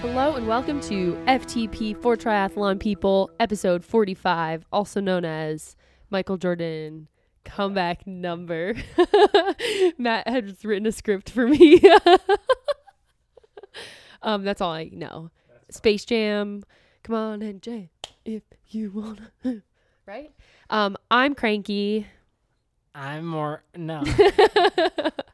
Hello and welcome to FTP for Triathlon People, episode 45, also known as Michael Jordan comeback number. Matt has written a script for me. um, that's all I know. Space Jam, come on and jam if you wanna. right? Um, I'm cranky, I'm more no.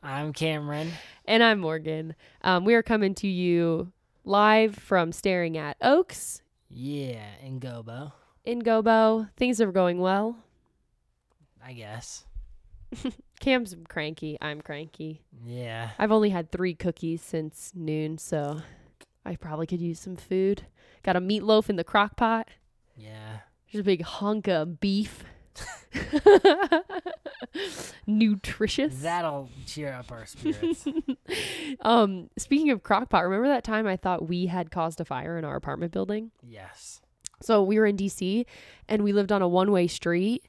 I'm Cameron. and I'm Morgan. Um, we are coming to you live from staring at Oaks Yeah, and Gobo, in Gobo. Things are going well. I guess. Cam's cranky. I'm cranky. Yeah. I've only had three cookies since noon, so I probably could use some food. Got a meatloaf in the crock pot. Yeah. There's a big hunk of beef. Nutritious. That'll cheer up our spirits. um, speaking of crock pot, remember that time I thought we had caused a fire in our apartment building? yes. So we were in DC and we lived on a one way street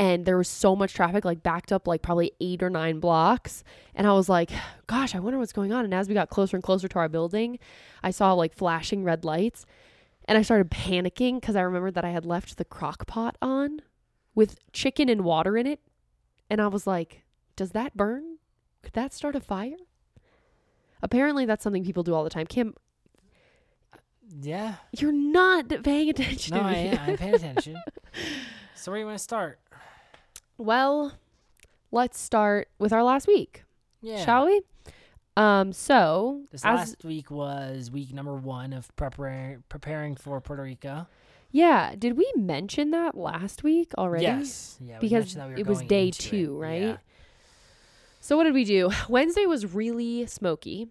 and there was so much traffic, like backed up like probably eight or nine blocks. And I was like, gosh, I wonder what's going on. And as we got closer and closer to our building, I saw like flashing red lights and I started panicking because I remembered that I had left the crock pot on with chicken and water in it. And I was like, does that burn? Could that start a fire? Apparently, that's something people do all the time. Kim, Yeah. you're not paying attention No, to I me. am. I'm paying attention. So where do you want to start? Well, let's start with our last week, Yeah. shall we? Um, so This as last week was week number one of preparing preparing for Puerto Rico. yeah, did we mention that last week already? Yes. Yeah. we Because mentioned that we were it was going day into it. two, right? Yeah. So what did we do? Wednesday was really smoky,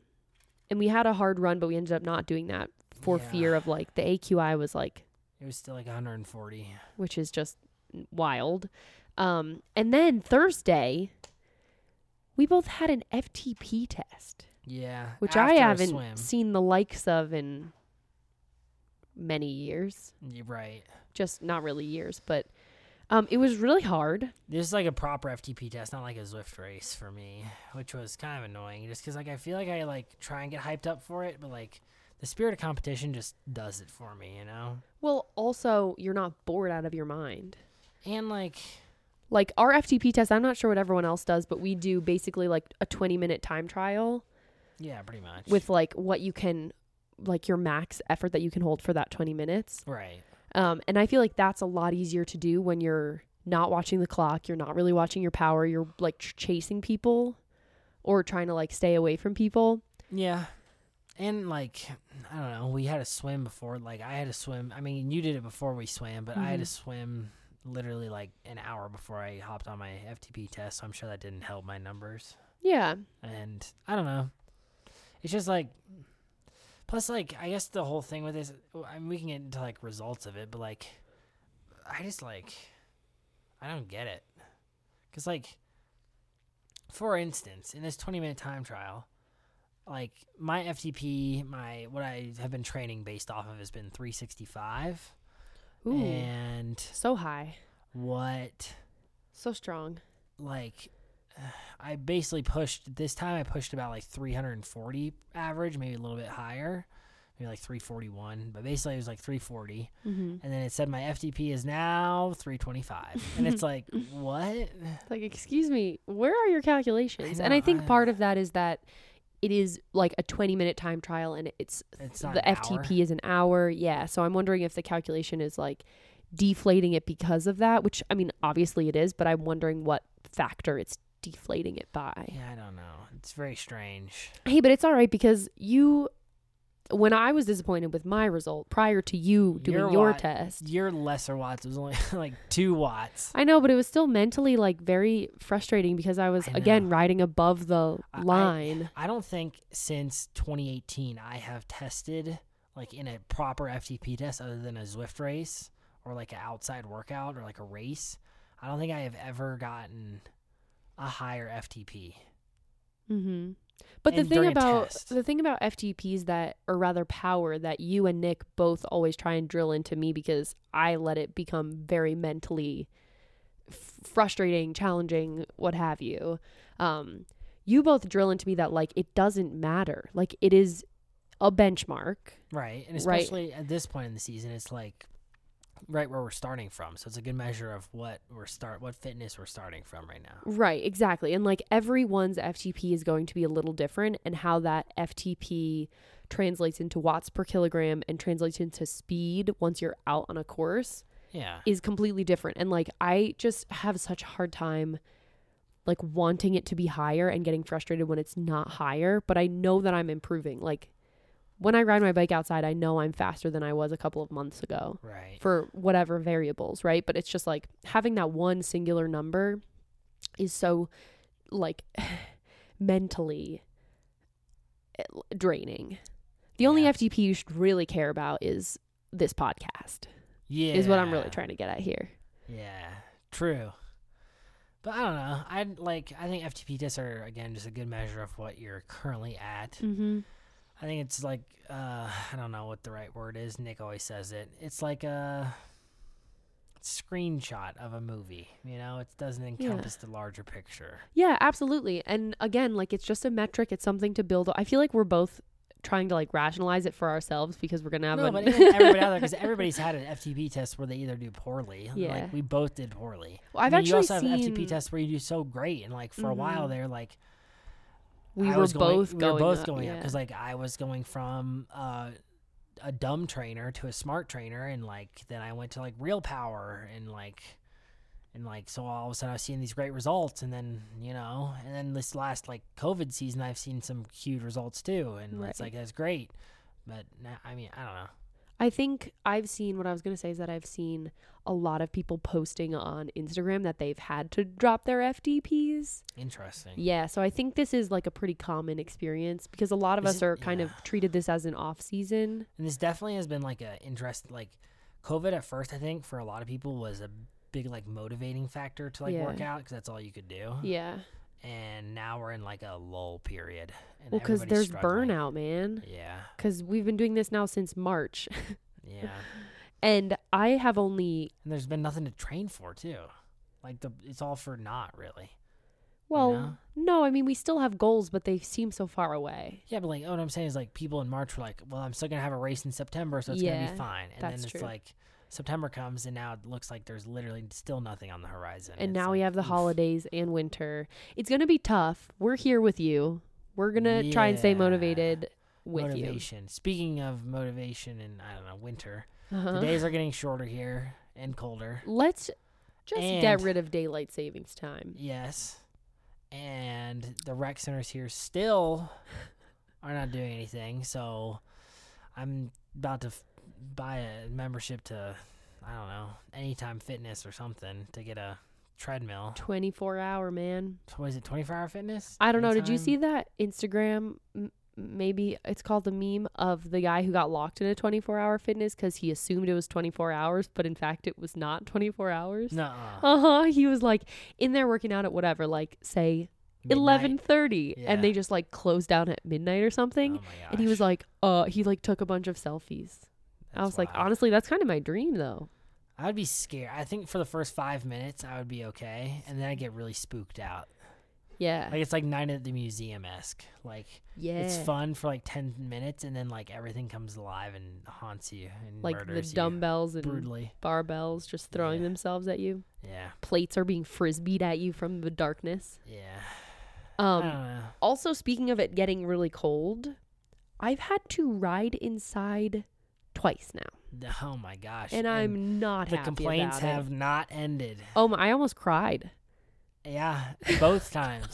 and we had a hard run, but we ended up not doing that for Yeah. fear of like the AQI was like, It was still like 140. which is just wild. Um, and then Thursday, we both had an FTP test. Yeah. which after I a haven't Swim. seen the likes of in many years. You're right. Just not really years, but um, it was really hard. This is like a proper FTP test, not like a Zwift race for me, which was kind of annoying. Just because like I feel like I like try and get hyped up for it, but like the spirit of competition just does it for me, you know. Well, also you're not bored out of your mind. And like Like our FTP test, I'm not sure what everyone else does, but we do basically like a 20 minute time trial yeah, pretty much with like what you can, like your max effort that you can hold for that 20 minutes. right. Um, and I feel like that's a lot easier to do when you're not watching the clock, you're not really watching your power, you're like ch- chasing people or trying to like stay away from people. Yeah. And like I don't know, we had a swim before. Like I had a swim. I mean, you did it before we swam, but I had to Mhm. swim literally like an hour before I hopped on my FTP test. So I'm sure that didn't help my numbers. Yeah. and I don't know. It's just like, plus, like I guess the whole thing with this, I mean, we can get into like results of it, but like, I just like, I don't get it, because like, for instance, in this twenty-minute time trial, like my FTP, my what I have been training based off of has been three sixty-five, Ooh. and so high. what So strong. like I basically pushed this time I pushed about like 340 average, maybe a little bit higher, maybe like 341, but basically it was like 340 Mm-hmm. and then it said my FTP is now 325. and it's like what? Like, excuse me, where are your calculations? and know, I think I- part of that is that it is like a 20 minute time trial and it's It's not the an hour. FTP is an hour. Yeah. So I'm wondering if the calculation is like deflating it because of that, which I mean, obviously it is, but I'm wondering what factor it's deflating it by. Yeah, I don't know. It's very strange. Hey, but it's all right because you, when I was disappointed with my result prior to you doing Your your, watt- test, Your lesser watts was only like 2 watts. I know, but it was still mentally like very frustrating because I was I again know. riding above the I- I- line. I don't think since 2018 I have tested like in a proper FTP test other than a Zwift race or like an outside workout or like a race. I don't think I have ever gotten a higher FTP. hmm But the And thing during a about test. the thing about FTPs that, or rather power, that you and Nick both always try and drill into me because I let it become very mentally f- frustrating, challenging, what have you. Um, you both drill into me that like it doesn't matter. Like it is a benchmark. Right. And Right. especially at this point in the season, it's like right where we're starting from. So it's a good measure of what we're start what fitness we're starting from right now. Right, exactly. And like everyone's FTP is going to be a little different and how that FTP translates into watts per kilogram and translates into speed once you're out on a course Yeah. is completely different. And like I just have such a hard time like wanting it to be higher and getting frustrated when it's not higher, but I know that I'm improving. Like when I ride my bike outside, I know I'm faster than I was a couple of months ago Right. for whatever variables, right? But it's just like having that one singular number is so like mentally eh, draining. The only Yeah. FTP you should really care about is this podcast, Yeah. is what I'm really trying to get at here. Yeah. True. But I don't know. I like I think FTP tests are again just a good measure of what you're currently at. Mm-hmm. I think it's like uh I don't know what the right word is. Nick always says it. It's like a screenshot of a movie, you know? It doesn't encompass the larger picture. Yeah, absolutely. And again, like it's just a metric, it's something to build. I feel like we're both trying to like rationalize it for ourselves because we're going to have No, an- but even everybody out there, because everybody's had an FTP test where they either do poorly. Yeah. Like we both did poorly. Well, I've I mean, you actually also have FTP seen- Mm-hmm. tests where you do so great, and like for a while there, like we I were was going- both going we were both up, going up yeah. because like I was going from uh, a dumb trainer to a smart trainer, and like then I went to like real power, and like and like so all of a sudden I was seeing these great results, and then you know, and then this last like COVID season, I've seen some huge results too, and it's Right. like that's great, but now, I mean I don't know. I think I've seen what I was going to say is that I've seen a lot of people posting on Instagram that they've had to drop their FDPs. Interesting. Yeah, so I think this is like a pretty common experience because a lot of us Is it- are kind of treated this as an off season. And this definitely has been like a interest like COVID at first I think for a lot of people was a big like motivating factor to like Yeah. work out because that's all you could do. Yeah. And now we're in like a lull period. And Well, cuz everybody's there's struggling. burnout, man. Yeah, Cuz we've been doing this now since March. yeah. and I have only and there's been nothing to train for too. Like the it's all for not really. well, know? no, I mean we still have goals but they seem so far away. Yeah, but like what I'm saying is like people in March were like, well, I'm still gonna have a race in September, so it's gonna Yeah, be fine. And that's then it's true. like September comes and now it looks like there's literally still nothing on the horizon. and It's now we like, have the oof. holidays and winter. It's going to be tough. We're here with you. We're going to try and stay Yeah. motivated with motivation. Speaking of motivation and I don't know, winter. you. Uh-huh. The days are getting shorter here and colder. Let's just get And- rid of daylight savings time. Yes. And the rec centers here still are not doing anything. So I'm about to f- buy a membership to, I don't know, Anytime Fitness or something to get a treadmill. 24 hour, man. Tw- What is it, 24 hour fitness? I don't know. Did you Anytime? see that Instagram? m- Maybe it's called the meme of the guy who got locked in a 24 hour fitness because he assumed it was 24 hours, but in fact, it was not 24 hours. Nuh-uh. Uh huh. He was like in there working out at whatever, like say Midnight? eleven thirty, Yeah. and they just like closed down at midnight or Oh something. my and he was gosh. like, uh, he like took a bunch of selfies. I That's was like, wild. honestly, that's kind of my dream though. I'd be scared. I think for the first five minutes, I would be okay. And then I get really spooked out. Yeah, Like, it's like Night at the Museum esque. Like, yeah. It's fun for like ten minutes, and then like everything comes alive and haunts you and Like the murders dumbbells you and brutally. barbells just throwing Yeah. themselves at you. Yeah, Plates are being frisbeed at you from the darkness. yeah. I Um. don't know. Also, speaking of it getting really cold, I've had to ride inside twice now, The- Oh my gosh! and, I'm not the happy complaints about it. have not ended. Oh, my, I almost cried. Yeah, both times.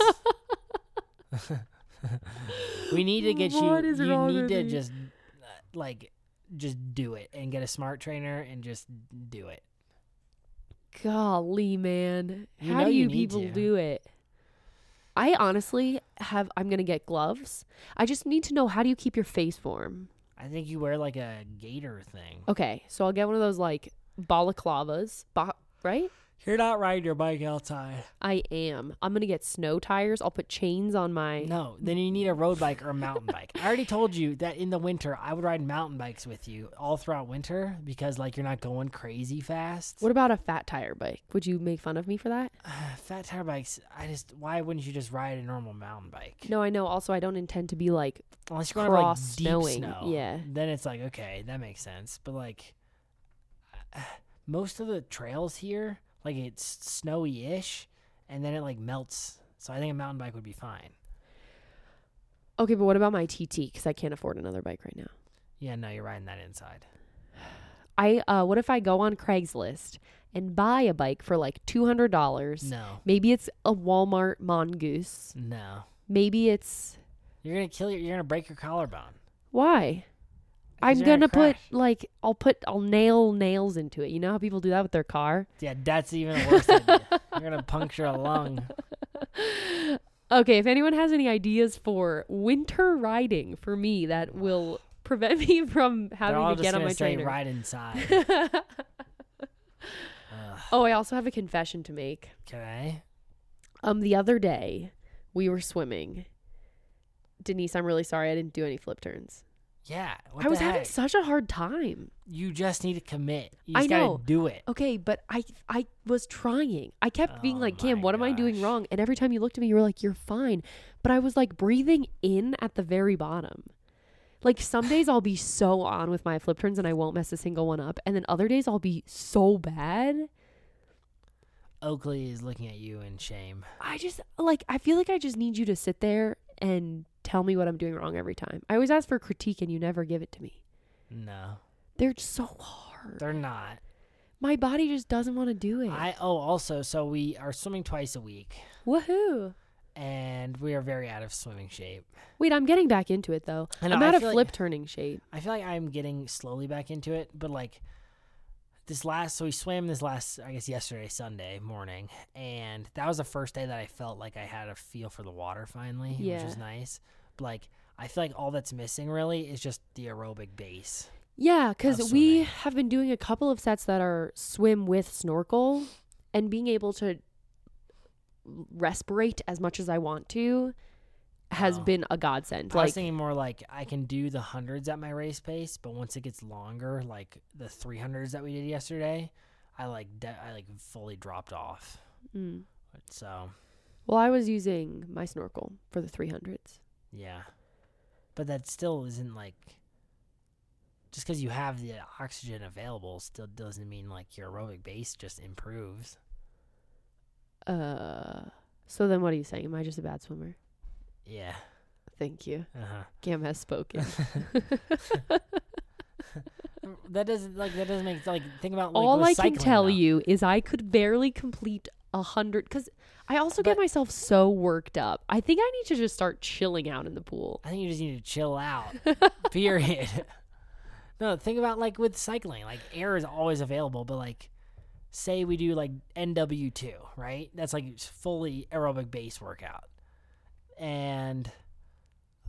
we need to get What you. is you wrong need with to me? just uh, like just do it and get a smart trainer and just do it. Golly, man. You How know do you you need people to. do it? I honestly have I'm going to get gloves. I just need to know how do you keep your face warm? I think you wear like a gator thing. Okay, so I'll get one of those like balaclavas, ba- right? You're not riding your bike outside. I am. I'm gonna get snow tires. I'll put chains on my. No, then you need a road bike or a mountain bike. I already told you that in the winter I would ride mountain bikes with you all throughout winter because like you're not going crazy fast. What about a fat tire bike? Would you make fun of me for that? fat tire bikes? I just why wouldn't you just ride a normal mountain bike? No, I know. Also, I don't intend to be like Unless you're going to like cross deep snowing, snow. yeah. Then it's like okay, that makes sense. But like most of the trails here, like it's snowy-ish, and then it like melts. So I think a mountain bike would be fine. okay, but what about my TT? Because I can't afford another bike right now. Yeah, no, you're riding that inside. I uh, what if I go on Craigslist and buy a bike for like two hundred dollars? No, Maybe it's a Walmart mongoose. no. Maybe it's You're gonna kill your. You're gonna break your collarbone. why? 'Cause I'm you're gonna gonna put crash. like I'll put I'll nail nails into it. You know how people do that with their car? Yeah, that's even worse. idea. You're gonna puncture a lung. Okay, if anyone has any ideas for winter riding for me that will prevent me from They're all having to just get on gonna my say trainer. right inside. oh, I also have a confession to make. Okay. Um, the other day we were swimming. Denise, I'm really sorry I didn't do any flip turns. Yeah. What I was the having heck? such a hard time. You just need to commit. You I just gotta know. do it. Okay, but I I was trying. I kept being Oh like, Cam, my what am I doing gosh. wrong? And every time you looked at me, you were like, You're fine. But I was like breathing in at the very bottom. Like some days I'll be so on with my flip turns and I won't mess a single one up. And then other days I'll be so bad. Oakley is looking at you in shame. I just like I feel like I just need you to sit there and tell me what I'm doing wrong every time. I always ask for critique and you never give it to me. No, They're so hard. they're not. My body just doesn't want to do it. I oh also so we are swimming twice a week Woohoo. and we are very out of swimming shape. Wait, I'm getting back into it though. I know, I'm I out of feel like- flip turning shape. I feel like I'm getting slowly back into it, but like this last so we swam this last I guess yesterday Sunday morning and that was the first day that I felt like I had a feel for the water finally, which was Yeah. nice. But like I feel like all that's missing really is just the aerobic base. Yeah, because Of we swimming. have been doing a couple of sets that are swim with snorkel and being able to respirate as much as I want to has Oh. been a godsend. I Like, was thinking more like I can do the hundreds at my race pace, but once it gets longer, like the three hundreds that we did yesterday, I like de- I like fully dropped off. mm. So well, I was using my snorkel for the 300s. yeah, but that still isn't like just because you have the oxygen available still doesn't mean like your aerobic base just improves. Uh, so then what are you saying? Am I just a bad swimmer? Yeah. Thank you. Uh-huh. Cam has spoken. That doesn't like that doesn't make like think about like, All with I can cycling, tell though. you is I could barely complete a hundred because I also get But- myself so worked up. I think I need to just start chilling out in the pool. I think you just need to chill out. period. no, think about like with cycling, like air is always available, but like say we do like NW2, right? That's like s- fully aerobic base workout. And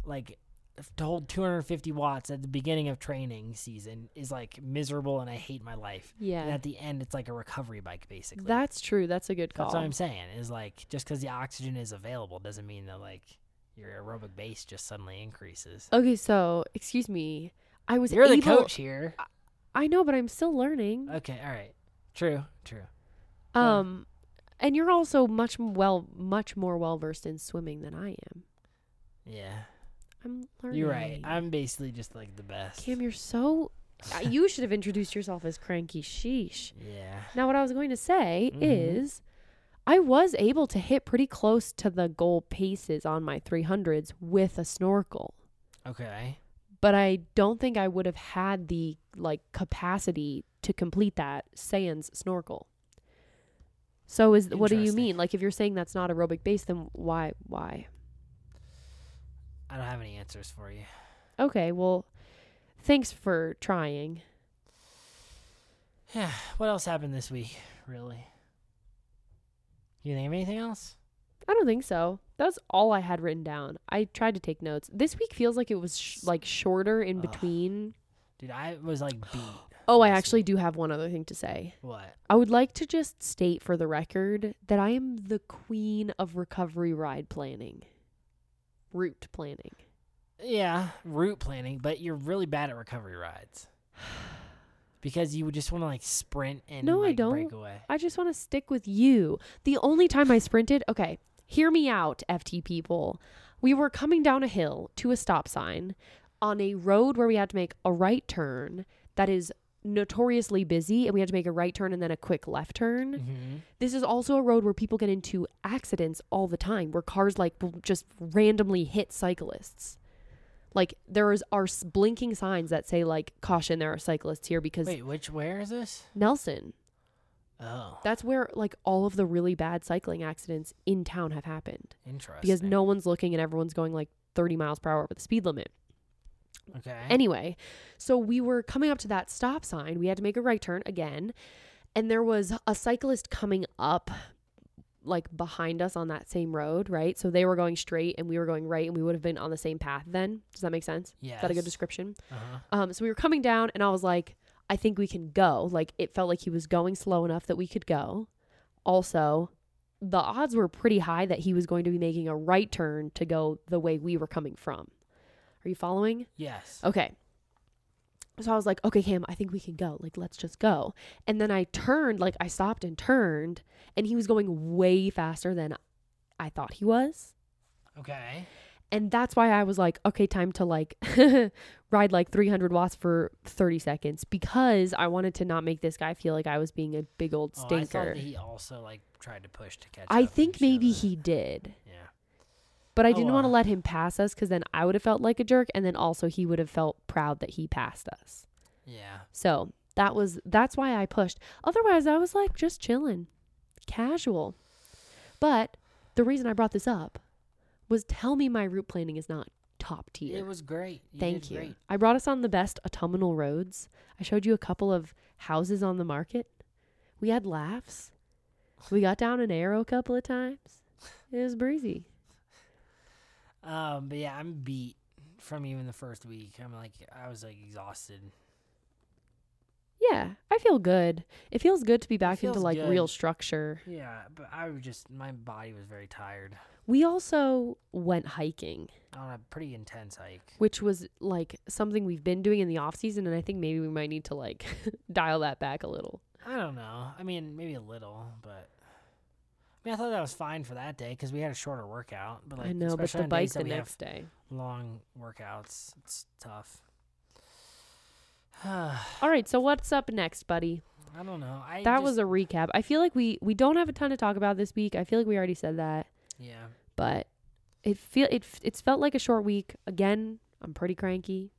like if to hold 250 watts at the beginning of training season is like miserable and I hate my life. And Yeah, at the end, it's like a recovery bike basically. that's true. That's a good call. That's what I'm saying is like just because the oxygen is available doesn't mean that like your aerobic base just suddenly increases. okay, so excuse me, I was You're able. the coach here. I know, but I'm still learning. Okay, all right. True, true. yeah. Um, and you're also much m- well, much more well versed in swimming than I am. Yeah, I'm learning. you're right. I'm basically just like the best. Cam, you're so. uh, you should have introduced yourself as cranky. Sheesh. yeah, Now, what I was going to say Mhm. is I was able to hit pretty close to the goal paces on my 300s with a snorkel, okay. but I don't think I would have had the like capacity to complete that sans snorkel. So is what do you Interesting. mean? Like if you're saying that's not aerobic base, then why why? I don't have any answers for you. Okay, well, thanks for trying. Yeah, what else happened this week, really? You think of anything else? I don't think so. That's all I had written down. I tried to take notes. This week feels like it was sh- like shorter in Ugh. between. Dude, I was like beat. Oh, I Yes. actually do have one other thing to say. What? I would like to just state for the record that I am the queen of recovery ride planning, route planning. Yeah, route planning, but you're really bad at recovery rides. Because you would just want to like sprint and No, I like, break don't. away. I just want to stick with you. The only time I sprinted, okay, hear me out, FT people. We were coming down a hill to a stop sign on a road where we had to make a right turn that is notoriously busy, and we had to make a right turn and then a quick left turn. hmm This is also a road where people get into accidents all the time, where cars like will just randomly hit cyclists. Like there is are s- blinking signs that say like caution, there are cyclists here because Wait, which where is this? Nelson. Oh, That's where like all of the really bad cycling accidents in town have happened interesting. because no one's looking and everyone's going like 30 miles per hour over the speed limit. Okay. Anyway, so we were coming up to that stop sign. We had to make a right turn again. And there was a cyclist coming up, like behind us on that same road, right? So they were going straight and we were going right and we would have been on the same path then. Does that make sense? yeah. Is that a good description? Uh-huh. Um, so we were coming down and I was like, I think we can go. Like it felt like he was going slow enough that we could go. Also, the odds were pretty high that he was going to be making a right turn to go the way we were coming from. Are you following? Yes. Okay. So I was like, okay, Cam, I think we can go. Like, let's just go. And then I turned, like, I stopped and turned, and he was going way faster than I thought he was. Okay. And that's why I was like, okay, time to like ride like 300 watts for 30 seconds because I wanted to not make this guy feel like I was being a big old Oh, I thought stinker. that he also like tried to push to catch. I, up and think shit, maybe but- he did, Yeah. but I Oh, didn't want to well. let him pass us because then I would have felt like a jerk, and then also he would have felt proud that he passed us. Yeah. So that was that's why I pushed. Otherwise, I was like just chilling, casual. But the reason I brought this up was tell me my route planning is not top tier. It was great. You Thank did you. Great. I brought us on the best autumnal roads. I showed you a couple of houses on the market. We had laughs. We got down an arrow a couple of times. It was breezy. Um, but yeah, I'm beat from even the first week. I'm like, I was like exhausted. Yeah, I feel good. It feels good to be back into feels like good. real structure. Yeah, but I was just my body was very tired We also went hiking. on a pretty intense hike. which was like something we've been doing in the off season and i think maybe we might need to like dial that back a little I don't know. I mean, maybe a little, but I mean, I thought that was fine for that day because we had a shorter workout. But like, i know but especially the on bike days that the we have next day long workouts, it's tough. all right so what's up next buddy I don't know. I that just- was a recap i feel like we we don't have a ton to talk about this week i feel like we already said that yeah. but it feel it f- it's felt like a short week again i'm pretty cranky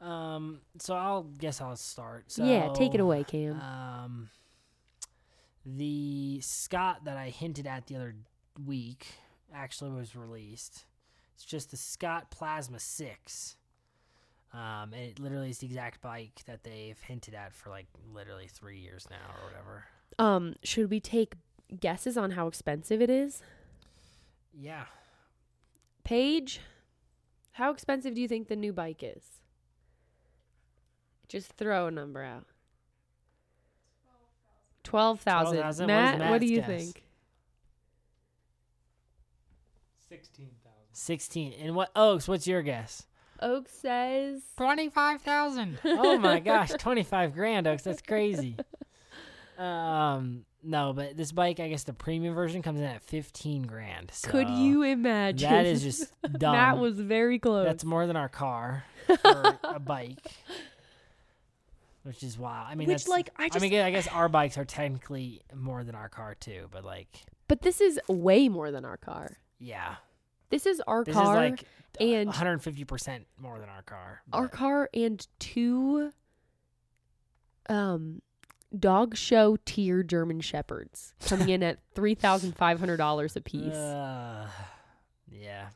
Um. So I'll guess I'll start. So yeah take it away cam Um, the Scott that I hinted at the other week actually was released. It's just the Scott Plasma Six. Um, and it literally is the exact bike that they've hinted at for like literally three years now or whatever. um should we take guesses on how expensive it is Yeah, Paige, how expensive do you think the new bike is? Just throw a number out. Twelve thousand. 12,000. Matt, What is what do Matt's you guess? think? Sixteen thousand. sixteen. And what Oaks? What's your guess? Oak says Twenty-five thousand. Oh my gosh, twenty five grand Oaks. That's crazy. Um, no, but this bike, I guess the premium version comes in at fifteen grand. So Could you imagine? That is just dumb. Matt was very close. That's more than our car for a bike, which is wild. I mean, Which that's, like I I just mean, I guess our bikes are technically more than our car too, but like, But this is way more than our car. yeah, This is our this car is like and- 150 percent more than our car. our but- car and two um dog show tier German shepherds coming in at three thousand five hundred dollars a piece. Uh, Ugh. yeah,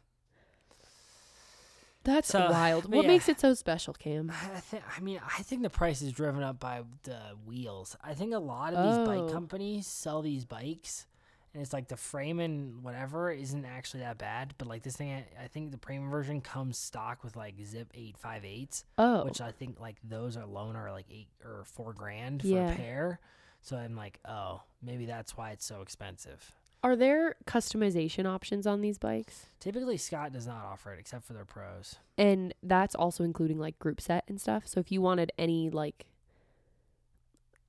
That's So, wild. but What yeah. makes it so special, Cam? I think. I mean, I think the price is driven up by the wheels. I think a lot of these Oh. bike companies sell these bikes, and it's like the frame and whatever isn't actually that bad, but like this thing, I, I think the premium version comes stock with like Zip eight five eights, Oh, which I think like those alone are like eight or four grand for Yeah. a pair. So I'm like, oh, maybe that's why it's so expensive. are there customization options on these bikes? Typically, Scott does not offer it except for their pros. And that's also including like group set and stuff. So if you wanted any like,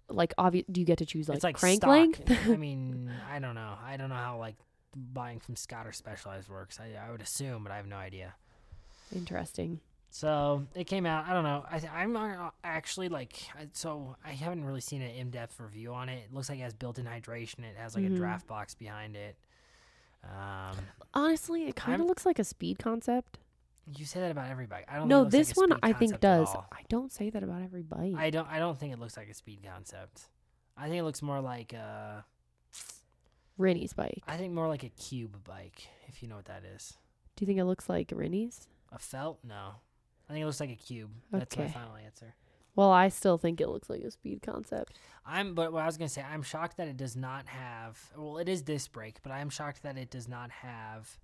like obvious, do you get to choose like, it's like crank stock. length? I mean, I don't know. I don't know how like buying from Scott or Specialized works. I, I would assume, but I have no idea. Interesting. So it came out. I don't know. I, th- I'm not actually like I- so. I haven't really seen an in-depth review on it. It looks like it has built-in hydration. It has like Mhm. a draft box behind it. Um, Honestly, it kind of I'm- looks like a speed concept. you say that about every bike. I don't. No, think it this looks like a one speed I think concept at does. all. I don't say that about every bike. I don't. I don't think it looks like a speed concept. I think it looks more like a. Rennie's bike. I think more like a cube bike, if you know what that is. Do you think it looks like Rennie's? A felt? No. I think it looks like a cube. That's my Okay. final answer. Well, I still think it looks like a speed concept. I'm but what I was gonna say, I'm shocked that it does not have well, it is disc brake, but I'm shocked that it does not have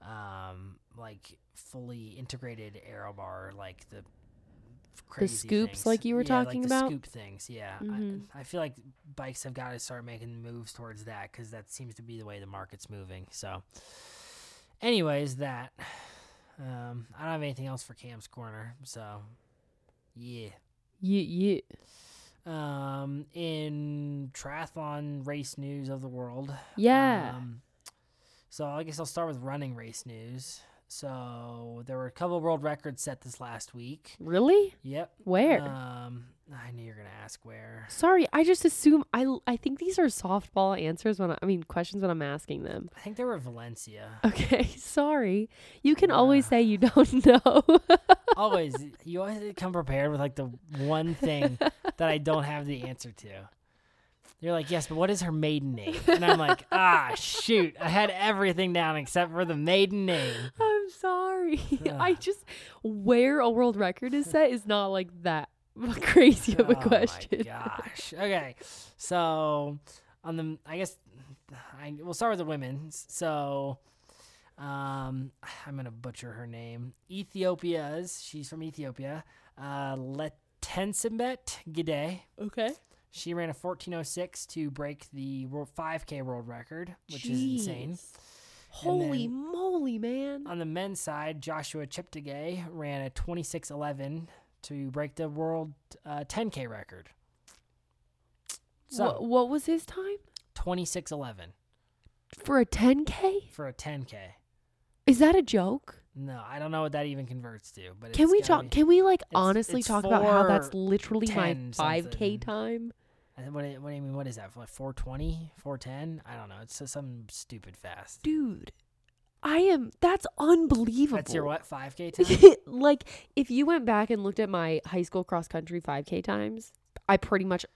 um like fully integrated aero bar like the f- crazy scoops things. like you were Yeah, talking like about? the scoop things yeah Mhm. I, I feel like bikes have got to start making moves towards that because that seems to be the way the market's moving so anyways that um i don't have anything else for cam's corner so yeah Yeah, yeah. um, in triathlon race news of the world. Yeah. Um, so I guess I'll start with running race news. So there were a couple world records set this last week. really? Yep. Where? Um, I knew you were gonna ask where. Sorry, I just assume I l- I think these are softball answers when I, I mean questions when I'm asking them. I think they were Valencia. Okay, sorry. You can always Uh. say you don't know. always, you always come prepared with like the one thing that I don't have the answer to. You're like, yes, but what is her maiden name? And I'm like, ah, shoot, I had everything down except for the maiden name. I'm sorry. I Ugh. just where a world record is set is not like that crazy of a Oh question. My gosh. Okay. So on the I guess I we'll start with the women's. So um I'm gonna butcher her name. Ethiopia's she's from Ethiopia. Uh Letensimbet Gide. Okay. She ran a 1406 to break the world 5K world record, which is insane. Jeez. Holy then- Um, moly, man. On the men's side, Joshua Cheptegei ran a 2611 to break the world uh, 10K record. Wha- So, what was his time? 2611 For a 10K? for a 10K. Is that a joke? No, I don't know what that even converts to, but Can it's we gotta talk? be- Can we like honestly it's talk about how that's four literally my 10 five k something. time? I think- What, do you- what do you mean? What is that? Like 420, 410? I don't know. It's just something stupid fast. Dude, I am. That's unbelievable. That's your what? 5K time? like if you went back and looked at my high school cross country five k times, I pretty much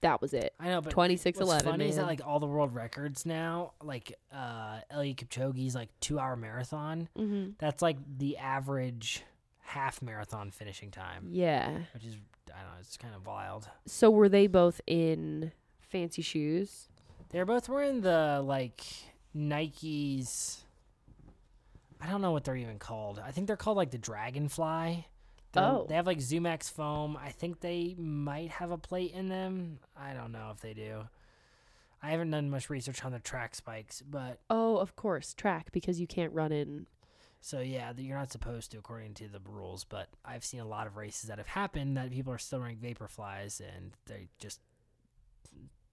that was it. I know, but Twenty six what's eleven. funny is that man. like all the world records now, like uh, Elliot Kipchoge's like two hour marathon. Mhm. That's like the average half marathon finishing time, Yeah. which is I don't know, it's kind of wild. So were they both in fancy shoes? They're both wearing the like Nikes. I don't know what they're even called. I think they're called like the Dragonfly. They're- Oh. They have like Zoomax foam. I think they might have a plate in them. I don't know if they do. I haven't done much research on the track spikes, but Oh, of course, track because you can't run in. So yeah, th- you're not supposed to according to the rules, but I've seen a lot of races that have happened that people are still wearing vapor flies and they just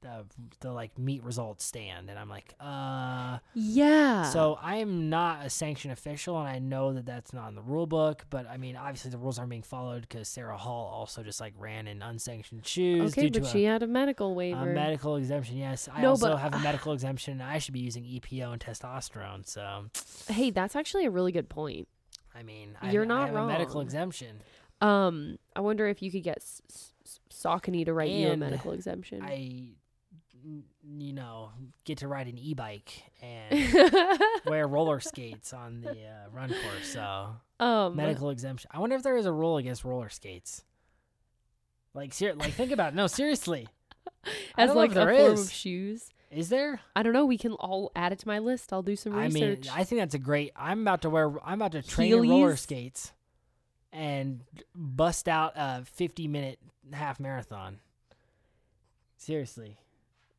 the the like meet results stand and I'm like, uh Yeah. so I am not a sanctioned official and I know that that's not in the rule book, but I mean obviously the rules aren't being followed cuz Sarah Hall also just like ran in unsanctioned shoes okay, due but to she a, had a medical a waiver. medical exemption. Yes, I No, also but- have a medical exemption and I should be using EPO and testosterone, so hey, that's actually a really good point. I mean, I- You're I not have a medical wrong. exemption. Um, I wonder if you could get S- S- S- Saucony to write you a And medical exemption. I, n- you know, get to ride an e-bike and wear roller skates on the uh, run course. So um, medical exemption. I wonder if there is a rule against roller skates. Like, ser- like think about it. no, seriously. I as don't know like if a there form is. of shoes. Is there? I don't know. We can all add it to my list. I'll do some I mean, research. I think that's a great. I'm about to wear. I'm about to train in roller Heelys? skates, and bust out a 50 minute half marathon. Seriously,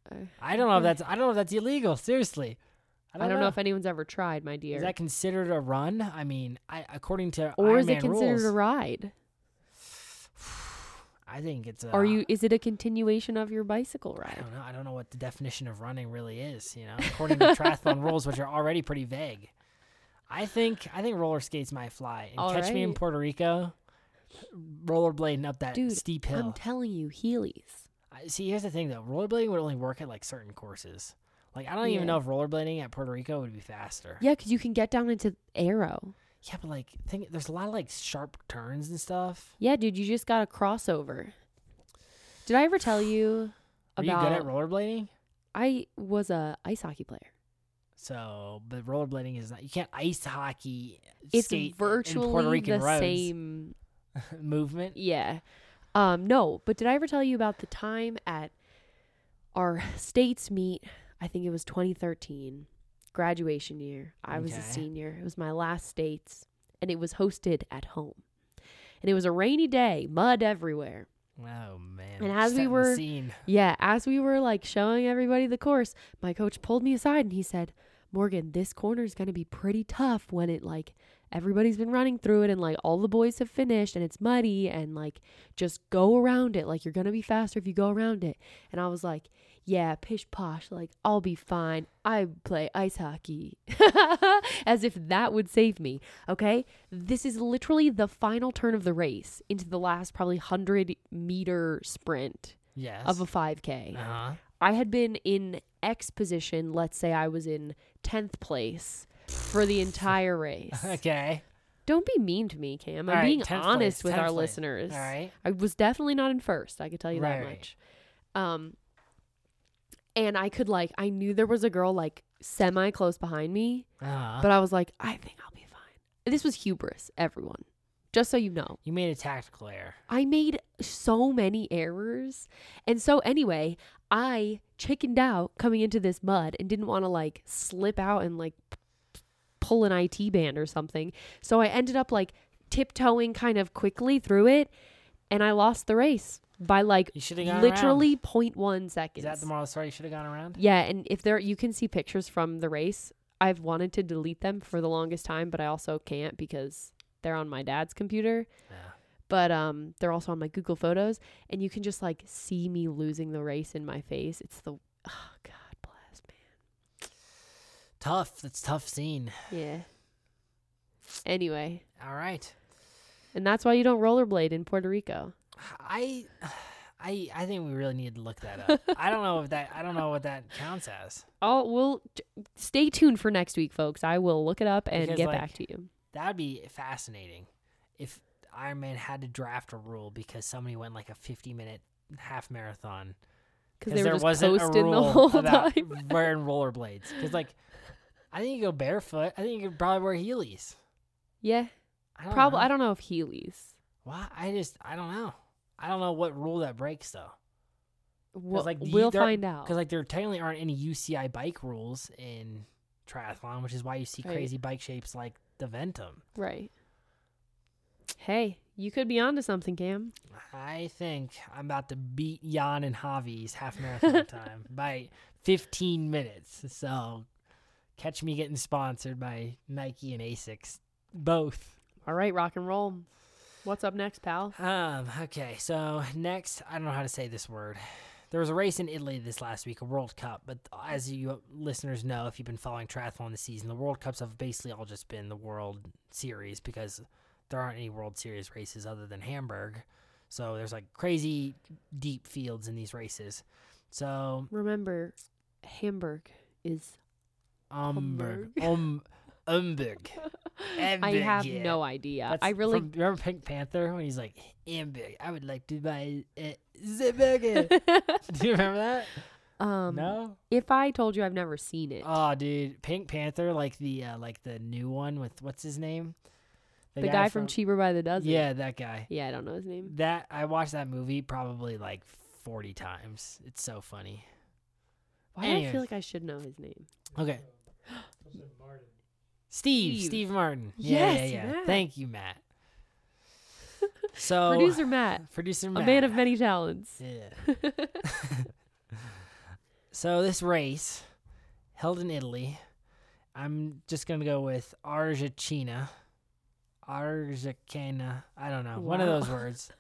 Uh, I don't know if okay. that's. I don't know if that's illegal. Seriously, I don't, know. if anyone's ever tried, my dear. is that considered a run. I mean, I according to or is Ironman it considered rules, a ride? I think it's. A, Are you? Is it a continuation of your bicycle I ride? don't know. I don't know what the definition of running really is. You know, according to triathlon rules, which are already pretty vague. I think I think roller skates might fly. And All catch me in right. Puerto Rico, rollerblading up that Dude, steep I'm hill. telling you, Heelys. I- See, here's the thing though, rollerblading would only work at like certain courses. Like I don't even Yeah. know if rollerblading at Puerto Rico would be faster. Yeah, because you can get down into arrow. Yeah, but like, think there's a lot of like sharp turns and stuff. Yeah, dude, you just got a crossover. Did I ever tell you Are about? you good at rollerblading? I was a ice hockey player. So, but rollerblading is not. You can't ice hockey. It's skate in Puerto virtually Rican the roads. same. movement. Yeah. Um, no, but did I ever tell you about the time at our states meet? I think it was 2013, graduation year. I was a Okay. senior. It was my last states, and it was hosted at home. And it was a rainy day, mud everywhere. Oh man! And as we setting the were- scene. Yeah, as we were like showing everybody the course, my coach pulled me aside and he said, "Morgan, this corner is going to be pretty tough when it like everybody's been running through it and like all the boys have finished and it's muddy and like just go around it. Like you're going to be faster if you go around it." And I was like, "Yeah, pish posh, like I'll be fine. I play ice hockey." As if that would save me. Okay? This is literally the final turn of the race into the last probably 100 meter sprint yes of a 5K. uh-huh. I had been in X position, let's say I was in 10th place for the entire race. okay Don't be mean to me, Cam. I'm All right, being 10th honest place, with 10th our place. listeners. all right I was definitely not in first, I could tell you Right, that right. much. Um and I could like I knew there was a girl like semi close behind me, uh-huh. but I was like, I think I'll be fine. This was hubris, everyone. Just so you know. you made a tactical error I made so many errors. And so, anyway, I chickened out coming into this mud and didn't want to like slip out and like p- pull an IT band or something. So, I ended up like tiptoeing kind of quickly through it and I lost the race by like you should have gone literally around. 0.1 is seconds. that the moral of the story you should have gone around yeah. And if there, you can see pictures from the race. I've wanted to delete them for the longest time, but I also can't because they're on my dad's computer yeah. but um they're also on my Google Photos and you can just like see me losing the race in my face. It's the oh god bless tough that's tough scene man. Yeah. Anyway, all right and that's why you don't rollerblade in Puerto Rico. i i i think we really need to look that up i don't know if that i don't know what that counts as Oh, we'll j- stay tuned for next week, folks. I will look it up and Because, get like- back to you. that'd be fascinating if iron man had to draft a rule because somebody went like a 50 minute half marathon Because there they were just wasn't a coasting the rule whole about time. wearing rollerblades. Because like, I think you go barefoot. I think you could probably wear heelys. Yeah, I don't probably. Know. I don't know if Heelys. Why? I just I don't know. I don't know what rule that breaks though. We'll, like, the- we'll there- find out. Because like there technically aren't any UCI bike rules in triathlon, which is why you see Right. crazy bike shapes like the Ventum. right. Hey, you could be onto something, Cam. I think I'm about to beat Jan and Javi's half marathon time by 15 minutes. So catch me getting sponsored by Nike and Asics, both. All right, rock and roll. What's up next, pal? Um, okay, so next, I don't know how to say this word. There was a race in Italy this last week, a World Cup, but as you listeners know, if you've been following triathlon this season, the World Cups have basically all just been the World Series because there aren't any World Series races other than Hamburg. So there's like crazy deep fields in these races. So Remember, Hamburg is. Umberg, um, Umberg. I Hamburg, have yeah. no idea. That's I really. from- remember Pink Panther when he's like, "Hamburg, I would like to buy a the burger." Do you remember that? um, no. If I told you I've never seen it, Oh, dude, Pink Panther, like the uh, like the new one with what's his name? the, guy, from Cheaper by the Dozen. yeah, that guy. Yeah, I don't know his name. That I watched that movie probably like forty times. It's so funny. Why do I Anyways. feel like I should know his name? Okay. Also Martin. Steve. Steve. Steve, Martin. Yes, yeah, yeah, yeah. Matt. Thank you, Matt. So Producer Matt, producer a Oh, Matt. man of many talents. Yeah. so this race held in Italy. I'm just gonna go with Argentina. Argentina. I don't know. One of Wow. those words.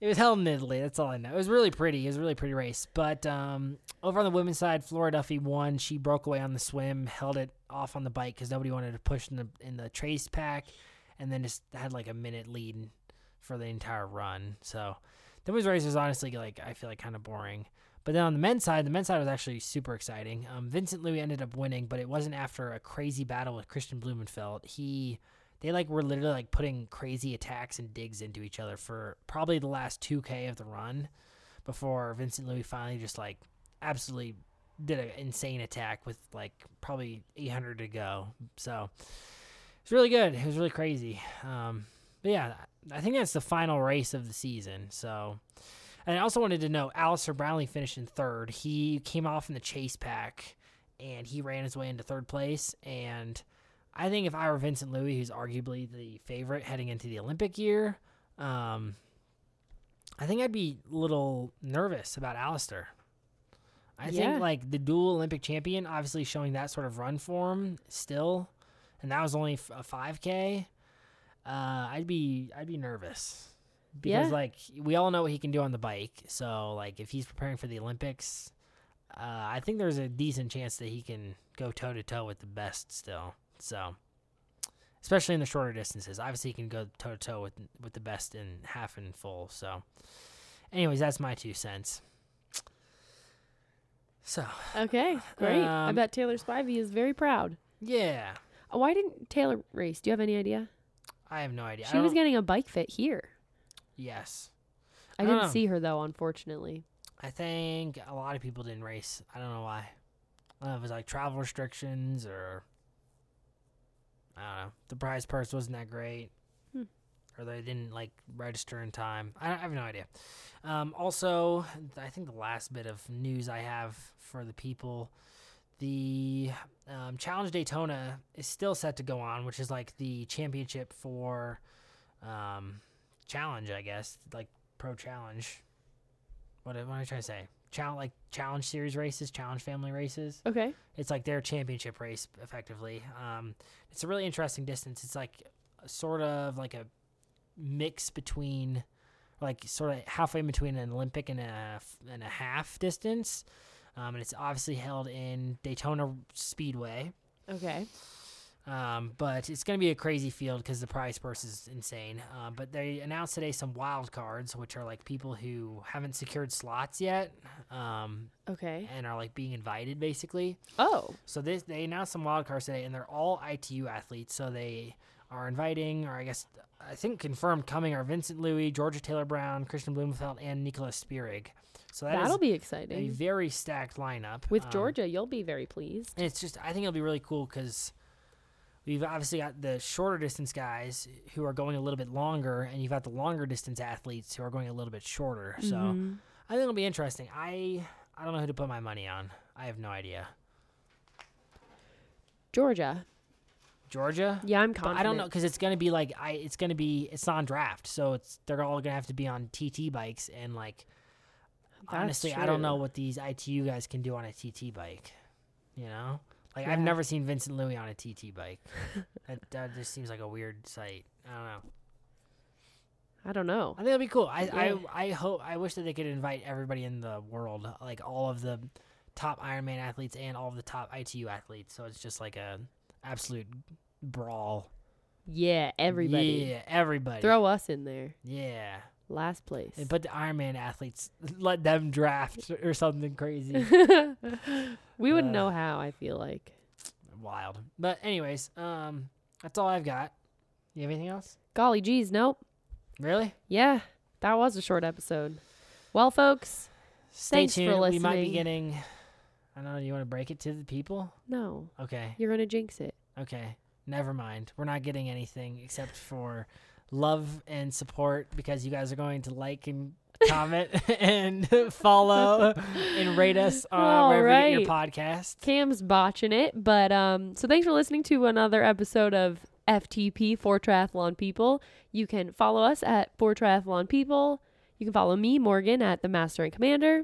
It was held in Italy. That's all I know. It was really pretty. It was a really pretty race. But um, over on the women's side, Flora Duffy won. She broke away on the swim, held it off on the bike because nobody wanted to push in the in the trace pack, and then just had like a minute lead for the entire run. So the women's race was honestly like I feel like kind of boring. But then on the men's side, the men's side was actually super exciting. Um, Vincent Louis ended up winning, but it wasn't after a crazy battle with Christian Blumenfeld. He, they like were literally like putting crazy attacks and digs into each other for probably the last two k of the run, before Vincent Louis finally just like absolutely did an insane attack with like probably eight hundred to go. So it's really good. It was really crazy. Um, but yeah, I think that's the final race of the season. So. And I also wanted to know Alistair Brownlee finished in third. He came off in the chase pack and he ran his way into third place. And I think if I were Vincent Louis, who's arguably the favorite heading into the Olympic year, um, I think I'd be a little nervous about Alistair. I Yeah. think like the dual Olympic champion, obviously showing that sort of run form still, and that was only f- a five k. Uh, I'd be I'd be nervous because Yeah. like we all know what he can do on the bike. So like if he's preparing for the Olympics, uh, I think there's a decent chance that he can go toe to toe with the best still. So especially in the shorter distances, obviously he can go toe to toe with with the best in half and full. So, anyways, that's my two cents. So Okay, great. I Um, bet Taylor Spivey is very proud. yeah, Uh, Why didn't Taylor race? Do you have any idea? I have no idea. I She was don't- getting a bike fit here. yes. I I didn't don't know. see her though, unfortunately. I think a lot of people didn't race. I don't know why. I don't know if it was like travel restrictions or I don't know. The prize purse wasn't that great, Hmm. or they didn't like register in time. I, I have no idea. Um, also, I think the last bit of news I have for the people, the um, Challenge Daytona is still set to go on, which is like the championship for um, challenge, I guess, like pro challenge. What, am- what am I trying to say? Challenge like challenge series races, challenge family races. Okay. It's like their championship race, effectively. Um, it's a really interesting distance. It's like a- sort of like a mix between, like sort of halfway between an Olympic and a f- and a half distance, um, and it's obviously held in Daytona Speedway. Okay. Um, but it's going to be a crazy field because the prize purse is insane. Um, but they announced today some wild cards, which are like people who haven't secured slots yet, um, Okay. and are like being invited basically. Oh. So this they announced some wild cards today, and they're all ITU athletes. So they are inviting, or I guess I think confirmed coming are Vincent Louis, Georgia Taylor Brown, Christian Blumenfeld, and Nicholas Spierig. So that That'll is be a exciting. very stacked lineup With Um, Georgia, you'll be very pleased. and it's just I think it'll be really cool because we've obviously got the shorter distance guys who are going a little bit longer, and you've got the longer distance athletes who are going a little bit shorter. So Mhm. I think it'll be interesting. I I don't know who to put my money on. I have no idea. Georgia. Georgia. Yeah, I'm But confident. I don't know because it's gonna be like I it's gonna be it's on draft, so it's they're all gonna have to be on TT bikes and like That's honestly, I don't know true. what these ITU guys can do on a TT bike. You know, like I've Yeah. never seen Vincent Louis on a TT bike. that, that just seems like a weird sight. I don't know. I don't know. I think it'll be cool. I Yeah. I, I hope I wish that they could invite everybody in the world, like all of the top Ironman athletes and all of the top ITU athletes. So it's just like a absolute brawl. Yeah, everybody. Yeah, everybody. Throw us in there. Yeah. Last place. And put the Iron Man athletes, let them draft or something crazy. we wouldn't Uh, know how, I feel like. Wild. But anyways, um, that's all I've got. You have anything else? Golly geez, nope. Really? Yeah, that was a short episode. Well, folks, Stay Thanks for tuned. We might be listening. getting. I don't know. You want to break it to the people? no, Okay. you're gonna jinx it. Okay. Never mind. We're not getting anything except for love and support because you guys are going to like and comment, and follow and rate us on All wherever you get your right. podcast. Cam's botching it, but um, so thanks for listening to another episode of FTP for Triathlon People. You can follow us at for Triathlon People. You can follow me, Morgan, at the Master and Commander.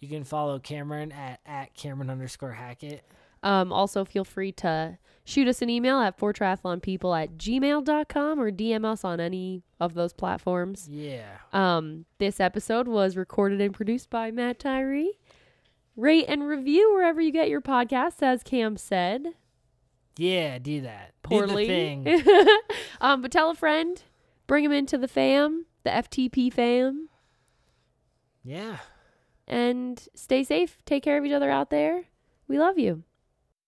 You can follow Cameron at, at Cameron underscore Hackett. Um, also, feel free to shoot us an email at for triathlonpeople at gmail.com or DM us on any of those platforms. Yeah. Um, this episode was recorded and produced by Matt Tyree. Rate and review wherever you get your podcasts, as Cam said. Yeah, do that. poorly. Do the thing. um, but tell a friend, bring him into the fam, the FTP fam, yeah. and stay safe. Take care of each other out there. We love you.